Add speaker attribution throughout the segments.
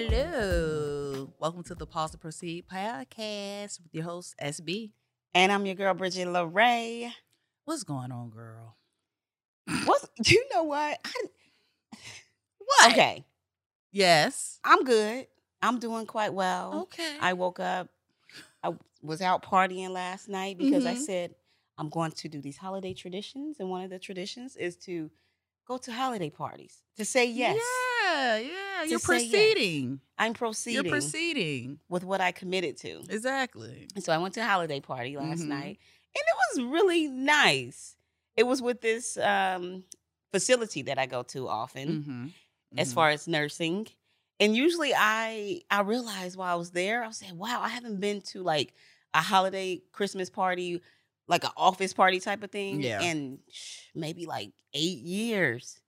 Speaker 1: Hello. Welcome to the Pause to Proceed podcast with your host, SB.
Speaker 2: And I'm your girl, Bridget LeRae.
Speaker 1: What's going on, girl?
Speaker 2: What's you know what? I,
Speaker 1: What?
Speaker 2: okay,
Speaker 1: Yes.
Speaker 2: I'm good. I'm doing quite well.
Speaker 1: Okay.
Speaker 2: Oh, I woke up. I was out partying last night because I
Speaker 1: Mhm.
Speaker 2: said I'm going to do these holiday traditions, and one of the traditions is to go to holiday parties to say yes.
Speaker 1: Yeah, yeah. You're
Speaker 2: To say yes.
Speaker 1: proceeding.
Speaker 2: I'm proceeding
Speaker 1: You're proceeding.
Speaker 2: with what I committed to.
Speaker 1: Exactly.
Speaker 2: And so I went to a holiday party last
Speaker 1: Mhm.
Speaker 2: night, and it was really nice. It was with this um, facility that I go to often.
Speaker 1: Mm-hmm.
Speaker 2: as far as nursing. And usually I I realized while I was there, I was saying, wow, I haven't been to like a holiday Christmas party, like an office party type of thing
Speaker 1: Yeah.
Speaker 2: in sh- maybe like eight years.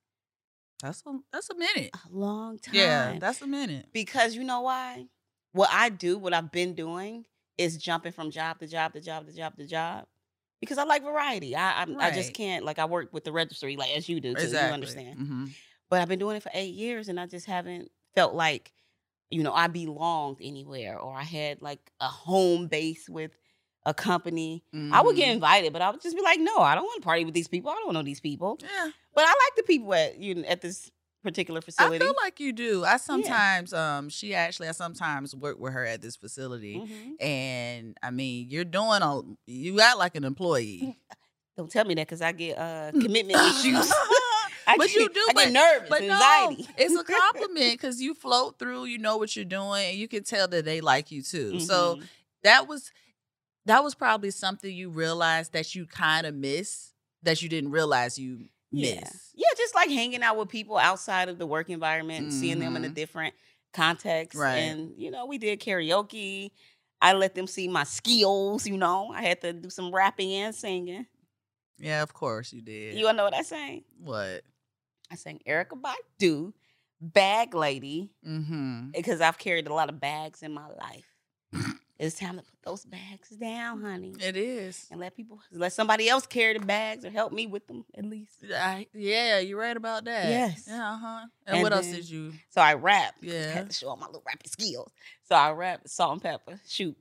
Speaker 1: that's a that's a minute.
Speaker 2: A long Oh, time.
Speaker 1: Yeah, that's a minute.
Speaker 2: because you know why? What I do, what I've been doing is jumping from job to job to job to job to job. Because I like variety. I I, I just
Speaker 1: Right.
Speaker 2: can't like I work with the registry like as you do too. You understand.
Speaker 1: Mm-hmm.
Speaker 2: but I've been doing it for eight years and I just haven't felt like, you know, I belonged anywhere or I had like a home base with a company. I
Speaker 1: Mm-hmm.
Speaker 2: would get invited, but I would just be like, no, I don't want to party with these people. I don't know these people.
Speaker 1: Yeah.
Speaker 2: But I like the people at you know, at this particular
Speaker 1: I
Speaker 2: facility.
Speaker 1: feel like you do. I sometimes um she actually I sometimes work with her at this facility.
Speaker 2: Mhm.
Speaker 1: And I mean, you're doing a you act like an employee.
Speaker 2: Don't tell me that because I get uh, commitment issues. I
Speaker 1: Mm. But
Speaker 2: get,
Speaker 1: you do,
Speaker 2: I
Speaker 1: but-
Speaker 2: get nervous,
Speaker 1: But no,
Speaker 2: anxiety.
Speaker 1: it's a compliment because you float through, you know what you're doing, and you can tell that they like you too. So
Speaker 2: Mhm.
Speaker 1: that was that was probably something you realized that you kind of miss that you didn't realize you miss.
Speaker 2: Yeah. yeah, just like hanging out with people outside of the work environment, and seeing them in a
Speaker 1: Mhm.
Speaker 2: different context.
Speaker 1: Right.
Speaker 2: And, you know, we did karaoke. I let them see my skills, you know. I had to do some rapping and singing.
Speaker 1: Yeah, of course you did.
Speaker 2: You all know what I sang?
Speaker 1: what?
Speaker 2: I sang Erica Badu, Bag Lady,
Speaker 1: Mm-hmm.
Speaker 2: because I've carried a lot of bags in my life. it's time to put those bags down, honey.
Speaker 1: It is.
Speaker 2: And let people let somebody else carry the bags or help me with them at least.
Speaker 1: I, yeah, you're right about that.
Speaker 2: Yes.
Speaker 1: Yeah, uh-huh. And,
Speaker 2: And
Speaker 1: what else
Speaker 2: then-
Speaker 1: did you?
Speaker 2: So I rap.
Speaker 1: Yeah.
Speaker 2: Had to show all my little rapping skills. So I rap salt and pepper. Shoot.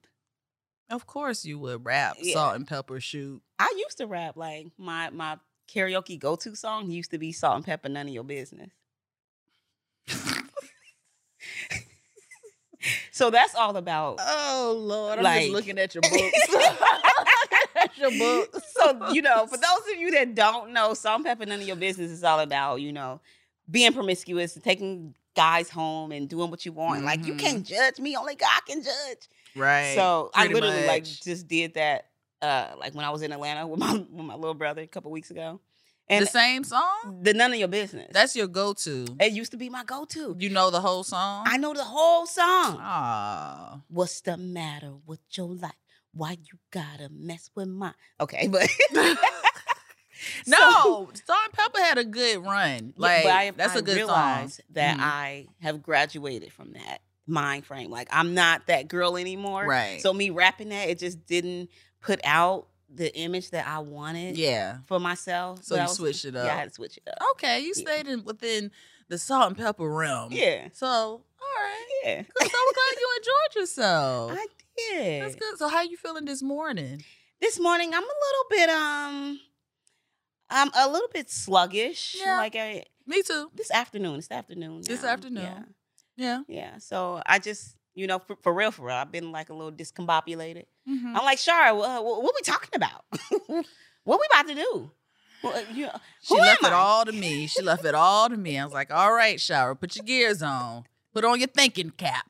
Speaker 1: Of course you would rap,
Speaker 2: Yeah.
Speaker 1: salt and pepper, shoot.
Speaker 2: I used to rap like my my karaoke go to song used to be salt and pepper, none of your business. So that's all about.
Speaker 1: Oh Lord, I'm
Speaker 2: Like-
Speaker 1: just looking at your books. your book.
Speaker 2: So you know, for those of you that don't know, salt and pepper, none of your business is all about you know being promiscuous and taking guys home and doing what you want. Like you
Speaker 1: Mhm.
Speaker 2: can't judge me, only God can judge.
Speaker 1: right.
Speaker 2: So I
Speaker 1: pretty
Speaker 2: literally like
Speaker 1: much.
Speaker 2: just did that uh like when I was in Atlanta with my with my little brother a couple weeks ago. And
Speaker 1: the same song?
Speaker 2: the none of your business.
Speaker 1: That's your go-to.
Speaker 2: it used to be my go-to.
Speaker 1: You know the whole song?
Speaker 2: I know the whole song.
Speaker 1: Aw.
Speaker 2: What's the matter with your life? Why you gotta mess with mine? Okay, but So-
Speaker 1: No, Salt and Pepper had a good run. Like
Speaker 2: but I,
Speaker 1: that's
Speaker 2: I
Speaker 1: a good song.
Speaker 2: realize that
Speaker 1: Mhm.
Speaker 2: I have graduated from that mind frame. Like I'm not that girl anymore.
Speaker 1: Right.
Speaker 2: So me rapping that, it just didn't put out the image that I wanted.
Speaker 1: yeah.
Speaker 2: for myself.
Speaker 1: So
Speaker 2: but I
Speaker 1: you
Speaker 2: was-
Speaker 1: switched it
Speaker 2: Yeah, I
Speaker 1: up.
Speaker 2: had to switch it up.
Speaker 1: Okay, you
Speaker 2: Yeah.
Speaker 1: stayed in within the salt and pepper realm.
Speaker 2: Yeah.
Speaker 1: So all right.
Speaker 2: Yeah.
Speaker 1: Good. So I'm glad you enjoyed yourself.
Speaker 2: I did.
Speaker 1: That's good. So how you feeling this morning?
Speaker 2: This morning I'm a little bit um I'm a little bit sluggish.
Speaker 1: Yeah.
Speaker 2: Like I,
Speaker 1: Me too.
Speaker 2: this afternoon. It's the afternoon.
Speaker 1: This
Speaker 2: now.
Speaker 1: afternoon.
Speaker 2: Yeah.
Speaker 1: Yeah.
Speaker 2: Yeah. So I just you know, for, for real, for real, I've been like a little discombobulated.
Speaker 1: Mhm.
Speaker 2: I'm like, Shara, what, what, we talking about? what we about to do? Well, you know,
Speaker 1: She
Speaker 2: Who
Speaker 1: left
Speaker 2: am
Speaker 1: it
Speaker 2: I?
Speaker 1: all to me. She left it all to me. I was like, all right, Shower, put your gears on. Put on your thinking cap.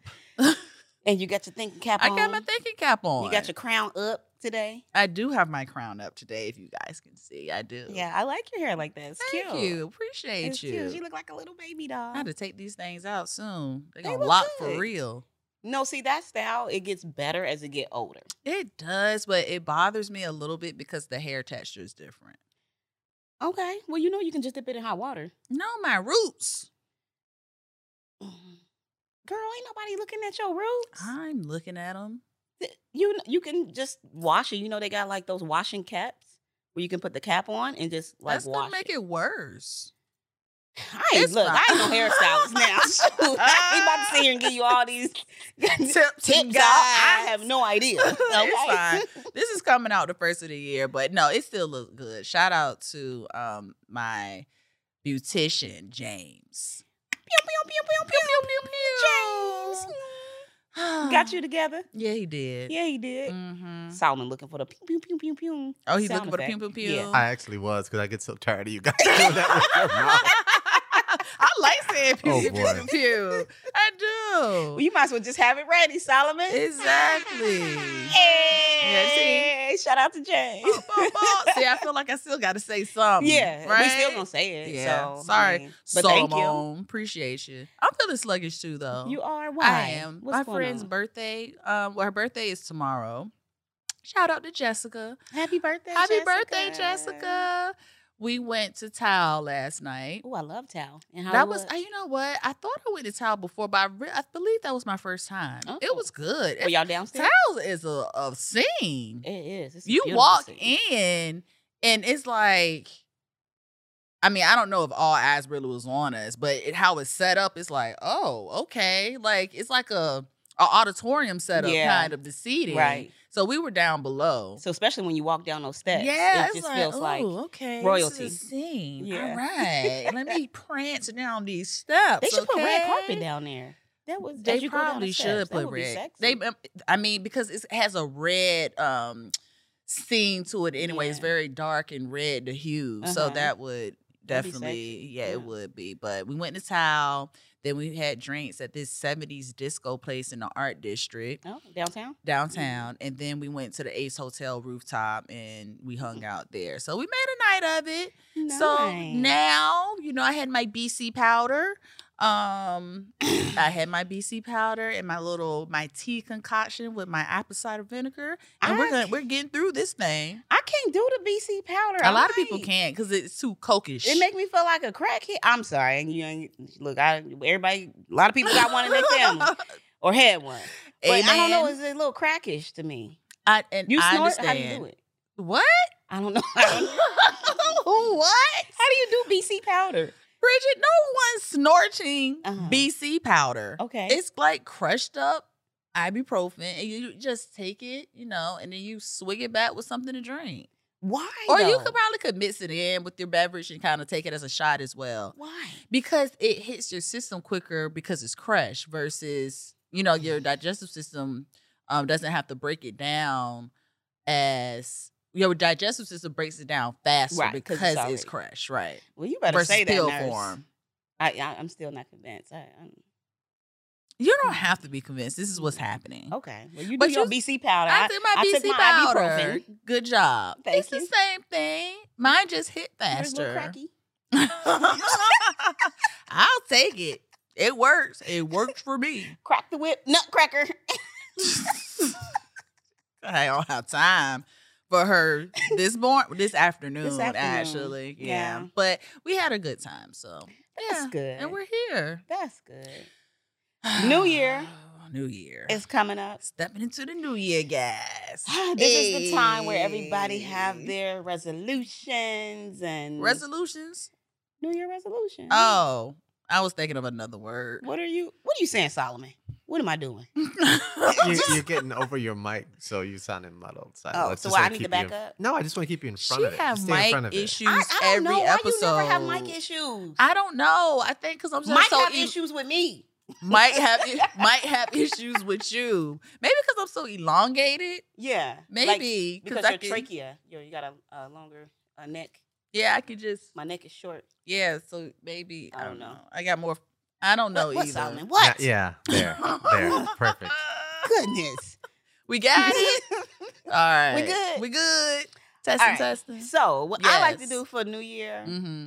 Speaker 2: and you got your thinking cap
Speaker 1: I
Speaker 2: on.
Speaker 1: got my thinking cap on.
Speaker 2: Um, You got your crown up today.
Speaker 1: I do have my crown up today, if you guys can see. I do.
Speaker 2: Yeah, I like your hair like that. It's
Speaker 1: Thank
Speaker 2: cute.
Speaker 1: you. Appreciate
Speaker 2: It's
Speaker 1: you.
Speaker 2: cute. She look like a little baby doll.
Speaker 1: I had to take these things out soon. They're
Speaker 2: They
Speaker 1: going to
Speaker 2: look
Speaker 1: lock for
Speaker 2: good.
Speaker 1: real.
Speaker 2: No, see that style, it gets better as it get older.
Speaker 1: It does, but it bothers me a little bit because the hair texture is different.
Speaker 2: Okay. Well, you know you can just dip it in hot water.
Speaker 1: No, my roots.
Speaker 2: Girl, Mm-hmm. ain't nobody looking at your roots.
Speaker 1: I'm looking at them.
Speaker 2: Th- You kn- you can just wash it. You know they got like those washing caps where you can put the cap on and just like
Speaker 1: That's going
Speaker 2: wash
Speaker 1: to make
Speaker 2: it.
Speaker 1: it worse.
Speaker 2: I ain't
Speaker 1: It's
Speaker 2: look. I
Speaker 1: fine.
Speaker 2: ain't no hairstylist now. Shoot, I ain't about to sit here and give you all these tips.
Speaker 1: Tips and
Speaker 2: y'all. I
Speaker 1: guides.
Speaker 2: have no idea.
Speaker 1: It's this is coming out the first of the year, but no, it still looks good. Shout out to um my beautician, James.
Speaker 2: James got you together.
Speaker 1: Yeah, he did.
Speaker 2: Yeah, he did.
Speaker 1: Mhm.
Speaker 2: Solomon looking for the pew pew pew pew pew.
Speaker 1: Oh, he's
Speaker 2: sound
Speaker 1: looking for the pew
Speaker 2: effect.
Speaker 1: pew pew.
Speaker 2: Yeah.
Speaker 3: I actually was because I get so tired of you guys doing that with your mouth.
Speaker 1: I like saying pew
Speaker 3: Oh,
Speaker 1: pew pew
Speaker 3: boy.
Speaker 1: pew pew. I
Speaker 2: Well,
Speaker 1: do.
Speaker 2: you might as well just have it ready, Solomon.
Speaker 1: Exactly.
Speaker 2: Hey, shout out to James.
Speaker 1: Boop, boop, boop. See, I feel like I still got to say something.
Speaker 2: yeah,
Speaker 1: um, right.
Speaker 2: we still gonna say it.
Speaker 1: Yeah.
Speaker 2: So,
Speaker 1: Sorry.
Speaker 2: I mean, but
Speaker 1: Solomon,
Speaker 2: thank you.
Speaker 1: Appreciate you. I'm feeling sluggish too, though.
Speaker 2: You are. Why?
Speaker 1: I am.
Speaker 2: What's
Speaker 1: My
Speaker 2: going
Speaker 1: friend's
Speaker 2: on?
Speaker 1: birthday. Um, well, her birthday is tomorrow. Shout out to Jessica.
Speaker 2: Happy birthday.
Speaker 1: Happy birthday, Jessica. We went to Tao last night.
Speaker 2: Oh, I love Tal. And how
Speaker 1: that
Speaker 2: it
Speaker 1: was, uh, you know what? I thought I went to Tao before, but I, re- I believe that was my first time.
Speaker 2: Oh.
Speaker 1: It was good.
Speaker 2: Were y'all downstairs?
Speaker 1: Tao is a, a scene.
Speaker 2: It is. It's a
Speaker 1: you
Speaker 2: beautiful
Speaker 1: walk
Speaker 2: city.
Speaker 1: in and it's like i mean i don't know if all eyes really was on us but it, how it's set up it's like oh okay like it's like a, a auditorium setup
Speaker 2: Yeah.
Speaker 1: kind of the seating
Speaker 2: right?
Speaker 1: so we were down below
Speaker 2: So especially when you walk down those steps,
Speaker 1: yeah,
Speaker 2: it
Speaker 1: it's
Speaker 2: just
Speaker 1: like,
Speaker 2: feels like
Speaker 1: "Ooh, okay,
Speaker 2: royalty."
Speaker 1: This is a scene.
Speaker 2: Yeah.
Speaker 1: All right, let me prance down these steps.
Speaker 2: they should put red
Speaker 1: okay?
Speaker 2: carpet down there. That was as
Speaker 1: They
Speaker 2: you go down
Speaker 1: probably
Speaker 2: the steps,
Speaker 1: should
Speaker 2: that
Speaker 1: put
Speaker 2: would be
Speaker 1: red.
Speaker 2: sexy.
Speaker 1: They, um, I mean, because it has a red um scene to it anyway. It's
Speaker 2: Yeah.
Speaker 1: very dark and red the hue, so
Speaker 2: Uh-huh.
Speaker 1: that would
Speaker 2: That'd be
Speaker 1: definitely,
Speaker 2: sexy.
Speaker 1: yeah,
Speaker 2: Yeah.
Speaker 1: it would be. But we went to Tao. Then we had drinks at this '70s disco place in the art district
Speaker 2: oh, downtown.
Speaker 1: downtown, and then we went to the Ace Hotel rooftop and we hung out there. So we made a night of it. So
Speaker 2: Nice.
Speaker 1: now, you know, I had my BC powder. Um, I had my BC powder and my little my tea concoction with my apple cider vinegar, and
Speaker 2: I
Speaker 1: we're gonna,
Speaker 2: Ah, c-
Speaker 1: we're getting through this thing.
Speaker 2: I can't do the BC powder.
Speaker 1: A
Speaker 2: I
Speaker 1: lot of people
Speaker 2: might.
Speaker 1: can't because it's too cokish.
Speaker 2: It make me feel like a crackhead. I'm sorry. And you ain't- look, I everybody, a lot of people got one in their family or had one. But I don't know.
Speaker 1: Amen.
Speaker 2: It's a little crackish to me.
Speaker 1: I, and
Speaker 2: You
Speaker 1: I
Speaker 2: snort? How
Speaker 1: understand.
Speaker 2: do you do it?
Speaker 1: What?
Speaker 2: I don't know. I don't know.
Speaker 1: what?
Speaker 2: How do you do BC powder?
Speaker 1: Bridget, no one's snorting
Speaker 2: Uh-huh.
Speaker 1: BC powder.
Speaker 2: Okay.
Speaker 1: It's like crushed up ibuprofen, and you just take it, you know, and then you swig it back with something to drink.
Speaker 2: Why?
Speaker 1: Or you
Speaker 2: though?
Speaker 1: could probably could mix it in with your beverage and kind of take it as a shot as well.
Speaker 2: Why?
Speaker 1: Because it hits your system quicker because it's crushed versus, you know, your digestive system um, doesn't have to break it down as your digestive system breaks it down faster
Speaker 2: Right, 'cause
Speaker 1: because
Speaker 2: it's
Speaker 1: it's,
Speaker 2: already-
Speaker 1: crushed, right?
Speaker 2: Well, you better
Speaker 1: versus
Speaker 2: say that.
Speaker 1: pill
Speaker 2: nurse.
Speaker 1: form.
Speaker 2: I, I, I'm still not convinced. I, i
Speaker 1: You don't
Speaker 2: Mm.
Speaker 1: have to be convinced. This is what's happening.
Speaker 2: okay. Well, you do
Speaker 1: But
Speaker 2: your
Speaker 1: you-
Speaker 2: BC powder.
Speaker 1: I
Speaker 2: I,
Speaker 1: took my
Speaker 2: I
Speaker 1: BC
Speaker 2: took my
Speaker 1: powder.
Speaker 2: ibuprofen.
Speaker 1: Good job.
Speaker 2: Thank
Speaker 1: it's
Speaker 2: you.
Speaker 1: the same thing. Mine just hit
Speaker 2: There's a little
Speaker 1: faster.
Speaker 2: cracky.
Speaker 1: I'll take it. It works. It works for me.
Speaker 2: Crack the whip. Nutcracker.
Speaker 1: I don't have time for her this morning, this afternoon,
Speaker 2: afternoon.
Speaker 1: actually. Yeah.
Speaker 2: Yeah.
Speaker 1: but we had a good time. So
Speaker 2: That's
Speaker 1: yeah,
Speaker 2: good.
Speaker 1: and we're here.
Speaker 2: That's good. New year.
Speaker 1: new year.
Speaker 2: It's coming up.
Speaker 1: stepping into the new year, guys.
Speaker 2: this is the time where everybody have
Speaker 1: Hey.
Speaker 2: their resolutions and
Speaker 1: resolutions.
Speaker 2: New Year resolutions.
Speaker 1: Oh, I was thinking of another word.
Speaker 2: what are you? What are you saying, Solomon? What am I doing?
Speaker 1: Mm.
Speaker 3: You, you're getting over your mic, so you sounding muddled. So
Speaker 2: Oh,
Speaker 3: let's
Speaker 2: so
Speaker 3: just,
Speaker 2: I
Speaker 3: like,
Speaker 2: need to
Speaker 3: keep
Speaker 2: back
Speaker 3: you in-
Speaker 2: up?
Speaker 3: No, I just want to keep you in front
Speaker 1: she
Speaker 3: of it.
Speaker 1: have
Speaker 3: Just stay in front
Speaker 1: mic
Speaker 3: of it.
Speaker 1: issues
Speaker 2: I, I don't
Speaker 1: every
Speaker 2: know why
Speaker 1: episode.
Speaker 2: you never have mic issues.
Speaker 1: I don't know. I think because I'm just
Speaker 2: Mike
Speaker 1: so
Speaker 2: have
Speaker 1: e-
Speaker 2: issues with me.
Speaker 1: might have might have issues with you. Maybe because I'm so elongated.
Speaker 2: Yeah, like,
Speaker 1: Maybe
Speaker 2: because
Speaker 1: I
Speaker 2: your
Speaker 1: can-
Speaker 2: trachea, you you got a, a longer uh, neck.
Speaker 1: Yeah, I could just
Speaker 2: My neck is short.
Speaker 1: yeah. So maybe I
Speaker 2: I
Speaker 1: don't,
Speaker 2: don't
Speaker 1: know.
Speaker 2: know.
Speaker 1: I got more. I don't know
Speaker 2: what, what,
Speaker 1: either.
Speaker 2: Solomon? What?
Speaker 3: Yeah, yeah, there, there, perfect.
Speaker 2: Goodness.
Speaker 1: We got it. All right.
Speaker 2: We good.
Speaker 1: We good. Testing,
Speaker 2: right.
Speaker 1: testing.
Speaker 2: So what I like to
Speaker 1: Yes.
Speaker 2: do for New Year,
Speaker 1: Mm-hmm.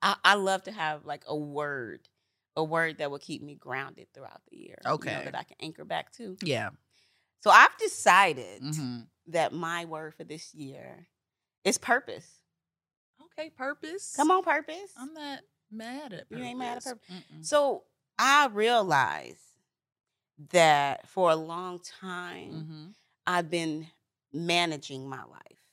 Speaker 2: I, I love to have like a word, a word that will keep me grounded throughout the year. you know,
Speaker 1: Okay.
Speaker 2: that I can anchor back to.
Speaker 1: Yeah.
Speaker 2: So I've decided
Speaker 1: Mm-hmm.
Speaker 2: that my word for this year is purpose.
Speaker 1: Okay. Purpose.
Speaker 2: Come on, purpose.
Speaker 1: I'm not mad at purpose.
Speaker 2: You ain't mad at purpose.
Speaker 1: Mm-mm.
Speaker 2: So I realized that for a long time
Speaker 1: Mhm.
Speaker 2: I've been managing my life.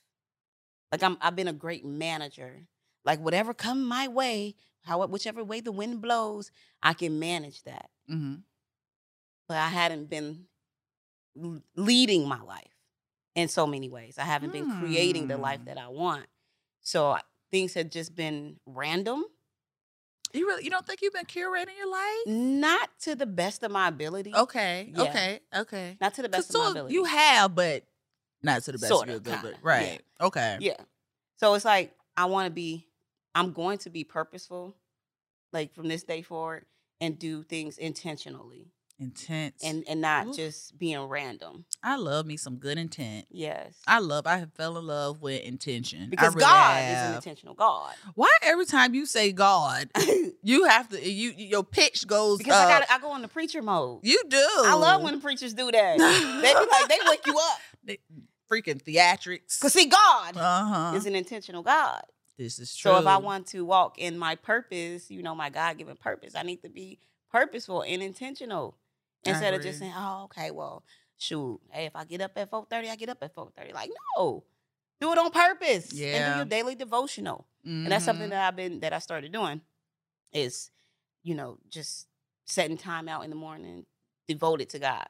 Speaker 2: Like I'm I've been a great manager. Like whatever come my way, how whichever way the wind blows, I can manage that.
Speaker 1: Mm-hmm.
Speaker 2: But I hadn't been l- leading my life in so many ways. I haven't been creating the life
Speaker 1: Hmm.
Speaker 2: that I want. So I- things had just been random,
Speaker 1: You really you don't think you've been curating your life?
Speaker 2: not to the best of my ability.
Speaker 1: Okay.
Speaker 2: Yeah.
Speaker 1: Okay. Okay.
Speaker 2: Not to the best
Speaker 1: so
Speaker 2: of my
Speaker 1: so
Speaker 2: ability.
Speaker 1: you have, but not to the best
Speaker 2: Sorta,
Speaker 1: of your ability.
Speaker 2: kinda,
Speaker 1: Right. Okay.
Speaker 2: Yeah. So it's like I want to be I'm going to be purposeful like from this day forward and do things intentionally
Speaker 1: Intense. And
Speaker 2: and and not
Speaker 1: Oof.
Speaker 2: just being random.
Speaker 1: I love me some good intent.
Speaker 2: Yes.
Speaker 1: I love. I have fell in love with intention I
Speaker 2: because
Speaker 1: really
Speaker 2: God is an
Speaker 1: have.
Speaker 2: intentional God.
Speaker 1: Why every time you say God,
Speaker 2: because
Speaker 1: you have to you your pitch goes
Speaker 2: I
Speaker 1: up.
Speaker 2: got I go on the preacher mode.
Speaker 1: you do.
Speaker 2: I love when the preachers do that. they be like they wake you up.
Speaker 1: freaking theatrics.
Speaker 2: Cause see God
Speaker 1: Uh huh.
Speaker 2: is an intentional God.
Speaker 1: This is true.
Speaker 2: So if I want to walk in my purpose, you know, my God given purpose, I need to be purposeful and intentional.
Speaker 1: I
Speaker 2: Instead of just
Speaker 1: agree.
Speaker 2: saying, Oh, okay, well, shoot, hey, if I get up at four thirty, I get up at four thirty. Like, no. Do it on purpose. And
Speaker 1: Yeah.
Speaker 2: do your daily devotional. And that's
Speaker 1: Mm-hmm.
Speaker 2: something that I've been that I started doing is, you know, just setting time out in the morning devoted to God.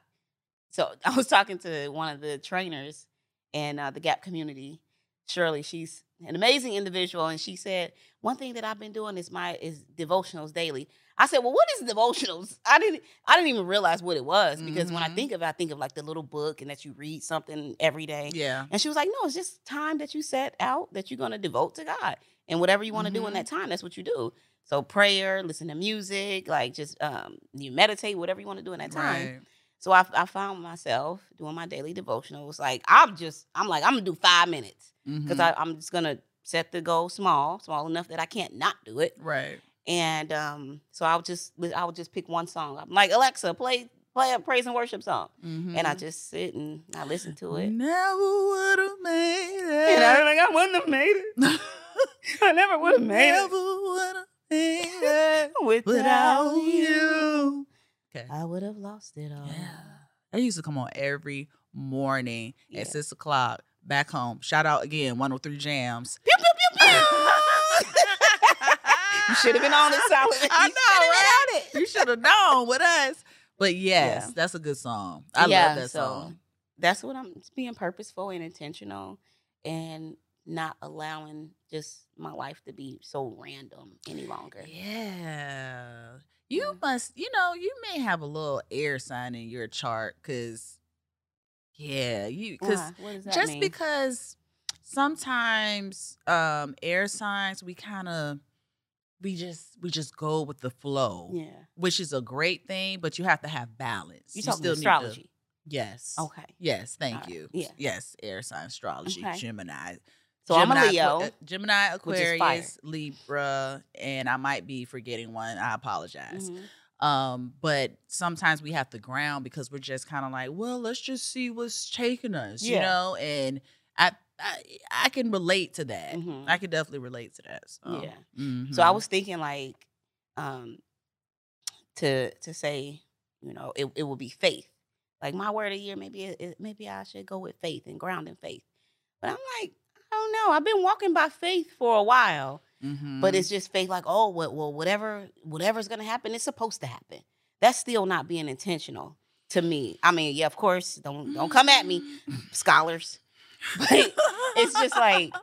Speaker 2: So I was talking to one of the trainers in uh, the Gap community, Shirley. She's an amazing individual, and she said one thing that I've been doing is my is devotionals daily. I said, "Well, what is devotionals?" I didn't I didn't even realize what it was because when I
Speaker 1: Mhm.
Speaker 2: think of it, I think of like the little book and that you read something every day.
Speaker 1: yeah.
Speaker 2: And she was like, no, it's just time that you set out that you're going to devote to God. And whatever you want to do
Speaker 1: Mhm.
Speaker 2: in that time, that's what you do. So prayer, listen to music, like just um, you meditate, whatever you want to do in that time.
Speaker 1: Right.
Speaker 2: So I, I found myself doing my daily devotionals. Like I'm just, I'm like, I'm going to do five minutes because
Speaker 1: Mhm.
Speaker 2: I'm just going to set the goal small, small enough that I can't not do it.
Speaker 1: right.
Speaker 2: And um, so I'll just, I'll just pick one song. I'm like, Alexa, play, play a praise and worship song. And I
Speaker 1: Mhm.
Speaker 2: just sit and I listen to it.
Speaker 1: never would have
Speaker 2: And I
Speaker 1: made
Speaker 2: was like, I wouldn't have made it.
Speaker 1: it.
Speaker 2: I never would have made
Speaker 1: never
Speaker 2: it
Speaker 1: would have made it
Speaker 2: without
Speaker 1: without
Speaker 2: you.
Speaker 1: you. Okay.
Speaker 2: I would have lost it all.
Speaker 1: Yeah. I used to come on every morning
Speaker 2: Yeah.
Speaker 1: at six o'clock back home. Shout out again, 103 Jams.
Speaker 2: Pew, pew, pew, pew. you should have been on it, solid. You
Speaker 1: I know,
Speaker 2: should have been on it.
Speaker 1: You should have known with us. But yes,
Speaker 2: Yeah.
Speaker 1: that's a good song. I
Speaker 2: Yeah,
Speaker 1: love that
Speaker 2: so
Speaker 1: song.
Speaker 2: That's what I'm it's being purposeful and intentional and not allowing just my life to be so random any longer.
Speaker 1: Yeah. You
Speaker 2: Yeah.
Speaker 1: must, you know, you may have a little air sign in your chart because, yeah, you, because
Speaker 2: Why? Uh-huh. what does that
Speaker 1: just
Speaker 2: mean?
Speaker 1: because sometimes um air signs we kind of we just we just go with the flow
Speaker 2: yeah,
Speaker 1: which is a great thing but you have to have balance
Speaker 2: you talking
Speaker 1: still need to-
Speaker 2: astrology?
Speaker 1: yes
Speaker 2: Okay,
Speaker 1: yes thank
Speaker 2: All right.
Speaker 1: you
Speaker 2: Yeah.
Speaker 1: yes air sign astrology
Speaker 2: Okay.
Speaker 1: gemini
Speaker 2: so
Speaker 1: Gemini,
Speaker 2: I'm a
Speaker 1: Aqua-
Speaker 2: Leo.
Speaker 1: uh, Gemini,
Speaker 2: which is fire.
Speaker 1: Aquarius, Libra, and I might be forgetting one. I apologize.
Speaker 2: Mhm.
Speaker 1: Um, but sometimes we have to ground because we're just kind of like, well, let's just see what's taking us, you
Speaker 2: Yeah.
Speaker 1: know. And I, I, I can relate to that.
Speaker 2: Mhm.
Speaker 1: I can definitely relate to that. So.
Speaker 2: Yeah. So I
Speaker 1: mhm.
Speaker 2: was thinking like um to to say, you know, it, it will be faith. Like my word of the year, maybe it, it- maybe I should go with faith and ground in faith. But I'm like, I don't know. I've been walking by faith for a while,
Speaker 1: Mhm.
Speaker 2: but it's just faith. Like, oh, well, well, whatever, whatever's gonna happen, it's supposed to happen. That's still not being intentional to me. I mean, yeah, of course, don't
Speaker 1: Mm-hmm.
Speaker 2: don't come at me, scholars. But it's just like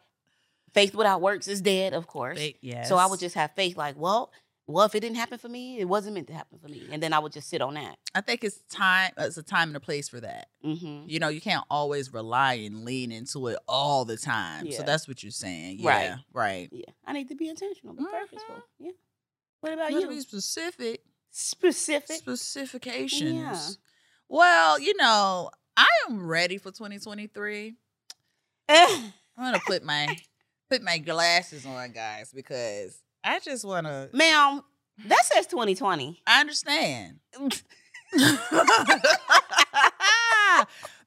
Speaker 2: faith without works is dead, of course.
Speaker 1: But yes.
Speaker 2: So I would just have faith, like, well, well, if it didn't happen for me, it wasn't meant to happen for me, and then I would just sit on that.
Speaker 1: I think it's time. It's a time and a place for that.
Speaker 2: Mm-hmm.
Speaker 1: You know, you can't always rely and lean into it all the time. So
Speaker 2: Yeah.
Speaker 1: that's what you're saying.
Speaker 2: Right.
Speaker 1: Yeah. Right.
Speaker 2: Yeah, I need to be intentional, be
Speaker 1: Mhm.
Speaker 2: purposeful. Yeah. What about
Speaker 1: Gotta
Speaker 2: you?
Speaker 1: be specific.
Speaker 2: Specific.
Speaker 1: specifications.
Speaker 2: Yeah.
Speaker 1: Well, you know, I am ready for 2023. I'm gonna put my put my glasses on, guys, because I just wanna
Speaker 2: Mm. Ma'am, that says 2020.
Speaker 1: I understand.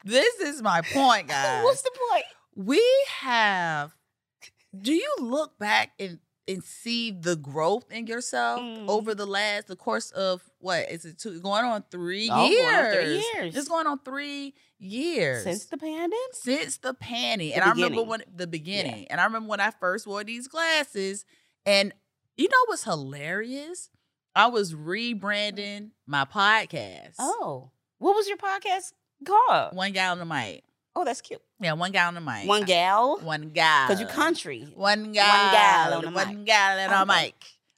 Speaker 1: this is my point, guys.
Speaker 2: What's the point?
Speaker 1: we have do you look back and and see the growth in yourself
Speaker 2: Mm.
Speaker 1: over the last the course of what is it two going on three
Speaker 2: Oh,
Speaker 1: years
Speaker 2: going on three years.
Speaker 1: it's going on three years
Speaker 2: Since the pandemic.
Speaker 1: since the panty
Speaker 2: The
Speaker 1: and i remember
Speaker 2: beginning.
Speaker 1: when the beginning and i remember when i first wore these glasses and You know what's hilarious? I was rebranding my podcast.
Speaker 2: Oh, what was your podcast called?
Speaker 1: One gallon of mic.
Speaker 2: oh, that's cute.
Speaker 1: Yeah, one gallon of mic.
Speaker 2: One gal,
Speaker 1: One gal.
Speaker 2: because you country.
Speaker 1: One
Speaker 2: gal
Speaker 1: gal.
Speaker 2: on the
Speaker 1: One gal and
Speaker 2: Oh,
Speaker 1: a
Speaker 2: okay.
Speaker 1: mic.